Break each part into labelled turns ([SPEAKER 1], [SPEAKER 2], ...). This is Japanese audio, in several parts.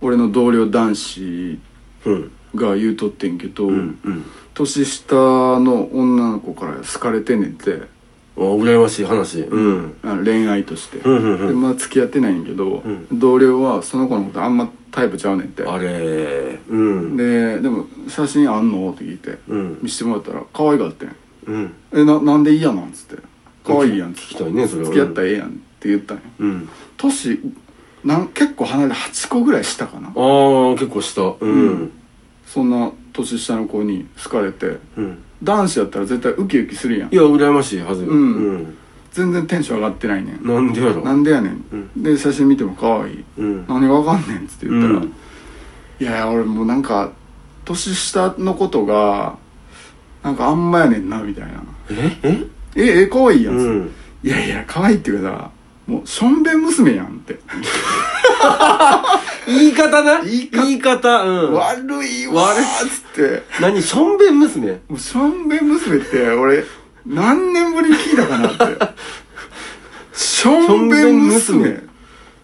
[SPEAKER 1] 俺の同僚男子
[SPEAKER 2] うん
[SPEAKER 1] が言うとってんけど、
[SPEAKER 2] うんうん
[SPEAKER 1] 年下の女の子から好かれてんねんて
[SPEAKER 2] あ羨ましい話うん
[SPEAKER 1] あの恋愛として、
[SPEAKER 2] うんうん
[SPEAKER 1] でまあ付き合ってないんやけど、
[SPEAKER 2] ん
[SPEAKER 1] 同僚はその子のことあんまタイプちゃうねんて
[SPEAKER 2] あれうん
[SPEAKER 1] ででも「写真あんの?」って聞いて、
[SPEAKER 2] うん
[SPEAKER 1] 見せてもらったら可愛がってん
[SPEAKER 2] うん
[SPEAKER 1] 「えななんで嫌なん?」っつって「可愛いやん」っつっ
[SPEAKER 2] 聞
[SPEAKER 1] て
[SPEAKER 2] きたいねそれは
[SPEAKER 1] 付き合ったらええやん」って言ったんよ
[SPEAKER 2] うん
[SPEAKER 1] 年なん結構離れ8個ぐらい下かな
[SPEAKER 2] ああ結構したうん
[SPEAKER 1] そんな年下の子に好かれて
[SPEAKER 2] うん
[SPEAKER 1] 男子やったら絶対ウキウキするやん
[SPEAKER 2] いや羨ましいはずよ
[SPEAKER 1] うん全然テンション上がってないねん
[SPEAKER 2] なんでやろ
[SPEAKER 1] なんでやねん、で写真見ても可愛い
[SPEAKER 2] うん
[SPEAKER 1] 何がわかんねんっつって言ったら、
[SPEAKER 2] うん
[SPEAKER 1] いや俺もうなんか年下のことがなんかあんまやねんなみたいな
[SPEAKER 2] ええ
[SPEAKER 1] ええ可愛いやん、
[SPEAKER 2] うん
[SPEAKER 1] いやいや可愛いっていうかさもうしょんべん娘やんって、
[SPEAKER 2] 言い方な
[SPEAKER 1] 言
[SPEAKER 2] 言
[SPEAKER 1] い方
[SPEAKER 2] い方うん
[SPEAKER 1] 悪いわーっつって
[SPEAKER 2] 何しょんべん娘
[SPEAKER 1] もうしょんべん娘って俺何年ぶりに聞いたかなってしょんべん
[SPEAKER 2] しょんべ
[SPEAKER 1] 娘
[SPEAKER 2] ん娘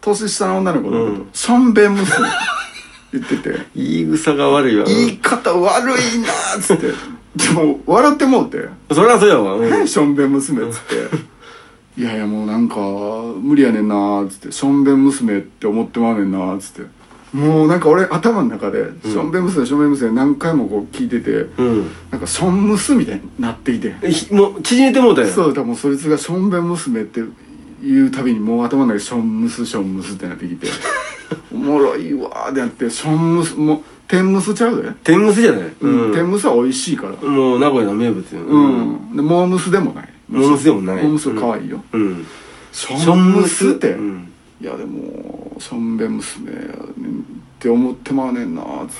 [SPEAKER 1] 年下の女の子のこと、
[SPEAKER 2] うん
[SPEAKER 1] しょんべん娘言ってて
[SPEAKER 2] 言い草が悪いわ
[SPEAKER 1] 言い方悪いなーっつってでも笑ってもうて
[SPEAKER 2] そりゃそうやわうん
[SPEAKER 1] 何しょんべん娘っつっていやいやもうなんか無理やねんなーっつってしょんべん娘って思ってまうねんなーっつってもうなんか俺頭の中でしょんべん娘しょんべん娘何回もこう聞いてて、
[SPEAKER 2] うん
[SPEAKER 1] なんかしょんむすみたいになってきて
[SPEAKER 2] ひもう縮めてもうたやん
[SPEAKER 1] そうだからもうそいつがしょんべん娘って言うたびにもう頭の中でしょんむすしょんむすってなって きておもろいわーってなってしょんむすもう天むすちゃうで、
[SPEAKER 2] 天むすじゃない
[SPEAKER 1] うん、天
[SPEAKER 2] も
[SPEAKER 1] むすは美味しいからう
[SPEAKER 2] う名古屋の名物よ
[SPEAKER 1] ん、でモームスでもない
[SPEAKER 2] モームスでもない
[SPEAKER 1] モームスは可愛いよ、
[SPEAKER 2] うん
[SPEAKER 1] しょんむすって、
[SPEAKER 2] うん
[SPEAKER 1] いやでもしょんべん娘やねんって思ってまうねんなーっつっ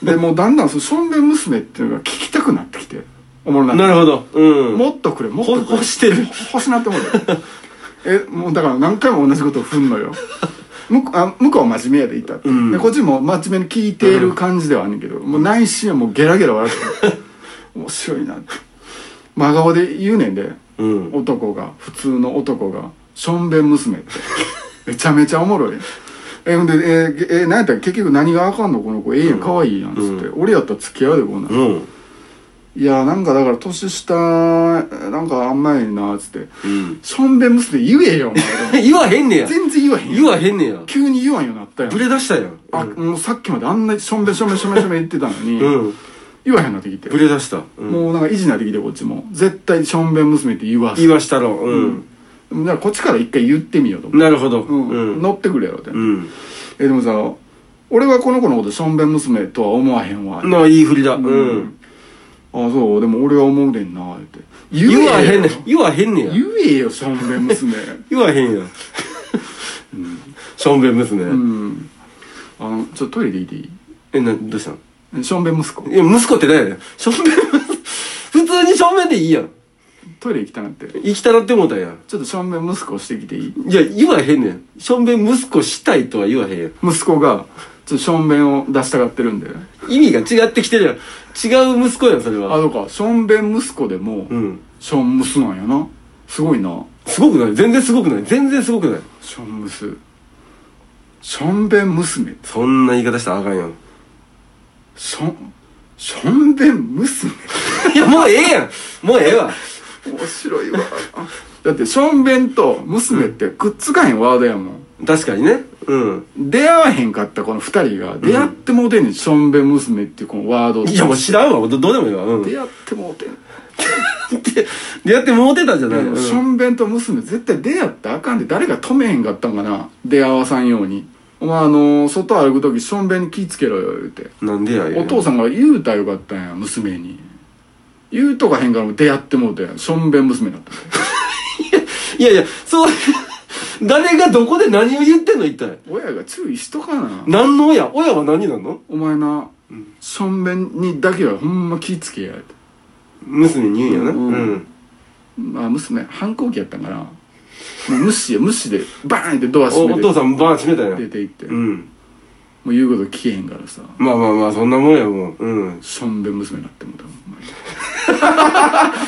[SPEAKER 1] てでもうだんだんそのしょんべん娘っていうのが聞きたくなってきておもろなってきて
[SPEAKER 2] なるほどうん
[SPEAKER 1] もっとくれもっとくれ
[SPEAKER 2] ほ欲してる
[SPEAKER 1] 欲しなって思うよえもうだから何回も同じことを踏んのよ向こうあ向こうは真面目やでいたって、
[SPEAKER 2] うん
[SPEAKER 1] でこっちも真面目に聞いている感じではあんねんけど、もう内心はもうゲラゲラ笑って面白いなって真顔で言うねんで、
[SPEAKER 2] うん
[SPEAKER 1] 男が普通の男が「しょんべん娘」ってめちゃめちゃおもろいえほんでえーげえー、何やったら結局何があかんのこの子ええやん可愛いやんっつって、俺やったら付き合うでこんなん
[SPEAKER 2] うん
[SPEAKER 1] いやなんかだから年下なんかあんまりなっつって
[SPEAKER 2] うん
[SPEAKER 1] しょんべん娘言えよお前
[SPEAKER 2] 言わへんねや
[SPEAKER 1] 全然言わへん
[SPEAKER 2] 言
[SPEAKER 1] よ
[SPEAKER 2] わへんねや
[SPEAKER 1] 急に言わんようになったよ
[SPEAKER 2] ブレ出したやん
[SPEAKER 1] あもうさっきまであんなしょんべんしょんべんしょんべんしょんべん言ってたのに、
[SPEAKER 2] うん
[SPEAKER 1] 言わへんようになってきて
[SPEAKER 2] ブレ出したうん
[SPEAKER 1] もうなんか意地になってきてこっちも絶対しょんべん娘って言わす
[SPEAKER 2] 言わしたろうん
[SPEAKER 1] だからこっちから一回言ってみようと思
[SPEAKER 2] なるほどう
[SPEAKER 1] う、うん
[SPEAKER 2] ん
[SPEAKER 1] 乗ってくれよって、
[SPEAKER 2] うん
[SPEAKER 1] えでもさ俺はこの子のことしょんべん娘とは思わへんわ、あ
[SPEAKER 2] なあいい振りだうん
[SPEAKER 1] そうでも俺は思うねんなって言えよ
[SPEAKER 2] 言わへんねん言わへんねや
[SPEAKER 1] 言えよしょんべん娘
[SPEAKER 2] 言わへんやんしょんべん娘
[SPEAKER 1] うんあのちょっとトイレでいいでい
[SPEAKER 2] えなどうしたん
[SPEAKER 1] いしょんべん息子
[SPEAKER 2] いや息子って何やねんしょんべん 娘普通にしょんべんでいいやん
[SPEAKER 1] トイレ行きたなって
[SPEAKER 2] 生きたらって思うたんやん
[SPEAKER 1] ちょっとしょんべん息子してきていい
[SPEAKER 2] いや言わへんねんしょんべん息子したいとは言わへんやん
[SPEAKER 1] 息子がちょっとしょんべんを出したがってるんで
[SPEAKER 2] 意味が違ってきてるやん違う息子やんそれ
[SPEAKER 1] あ
[SPEAKER 2] は
[SPEAKER 1] そうかしょんべん息子でも
[SPEAKER 2] うん
[SPEAKER 1] しょんむすなんやなすごいな
[SPEAKER 2] すごくない全然すごくない全然すごくない
[SPEAKER 1] しょんむすしょんべん娘
[SPEAKER 2] そんな言い方したらあかんやん
[SPEAKER 1] しょんしょんべん娘
[SPEAKER 2] いやもうええやんもうええわ
[SPEAKER 1] 面白いわ あだってしょんべんと娘ってくっつかへんワードやもん
[SPEAKER 2] 確かにねうん
[SPEAKER 1] 出会わへんかったこの二人が出会ってもうてんねん、しょんべん娘っていうこのワード
[SPEAKER 2] いやもう知らんわどどうでもいいわうん
[SPEAKER 1] 出会ってもうてん、
[SPEAKER 2] ででやってもうてたんじゃないの、う
[SPEAKER 1] しょ
[SPEAKER 2] ん、
[SPEAKER 1] んべんと娘絶対出会ったらあかんで誰が止めへんかったんかな出会わさんようにお前あのー外歩く時しょんべんに気ぃつけろよ言うて
[SPEAKER 2] なんでや
[SPEAKER 1] お父
[SPEAKER 2] さ
[SPEAKER 1] さんが言うたらよかったんや娘に言うとかへんからもう出会ってもうてしょんべん娘になった
[SPEAKER 2] んいやいやそういう誰がどこで何を言ってんの一体
[SPEAKER 1] 親が注意しとかな
[SPEAKER 2] 何の親親は何なの
[SPEAKER 1] お前なしょんべんにだけはほんま気ぃつけやって
[SPEAKER 2] 娘に言うんやな
[SPEAKER 1] うん
[SPEAKER 2] うん
[SPEAKER 1] まあ娘反抗期やったんかなもう無視や無視でバーンってドア
[SPEAKER 2] お
[SPEAKER 1] 閉め
[SPEAKER 2] お
[SPEAKER 1] て
[SPEAKER 2] 父さんバーン閉めたんや
[SPEAKER 1] 出て行って、
[SPEAKER 2] う
[SPEAKER 1] も
[SPEAKER 2] ん
[SPEAKER 1] う言うこと聞けへんからさ
[SPEAKER 2] まあまあまあそんなもんやもううん
[SPEAKER 1] しょんべん娘になってもうたほんまに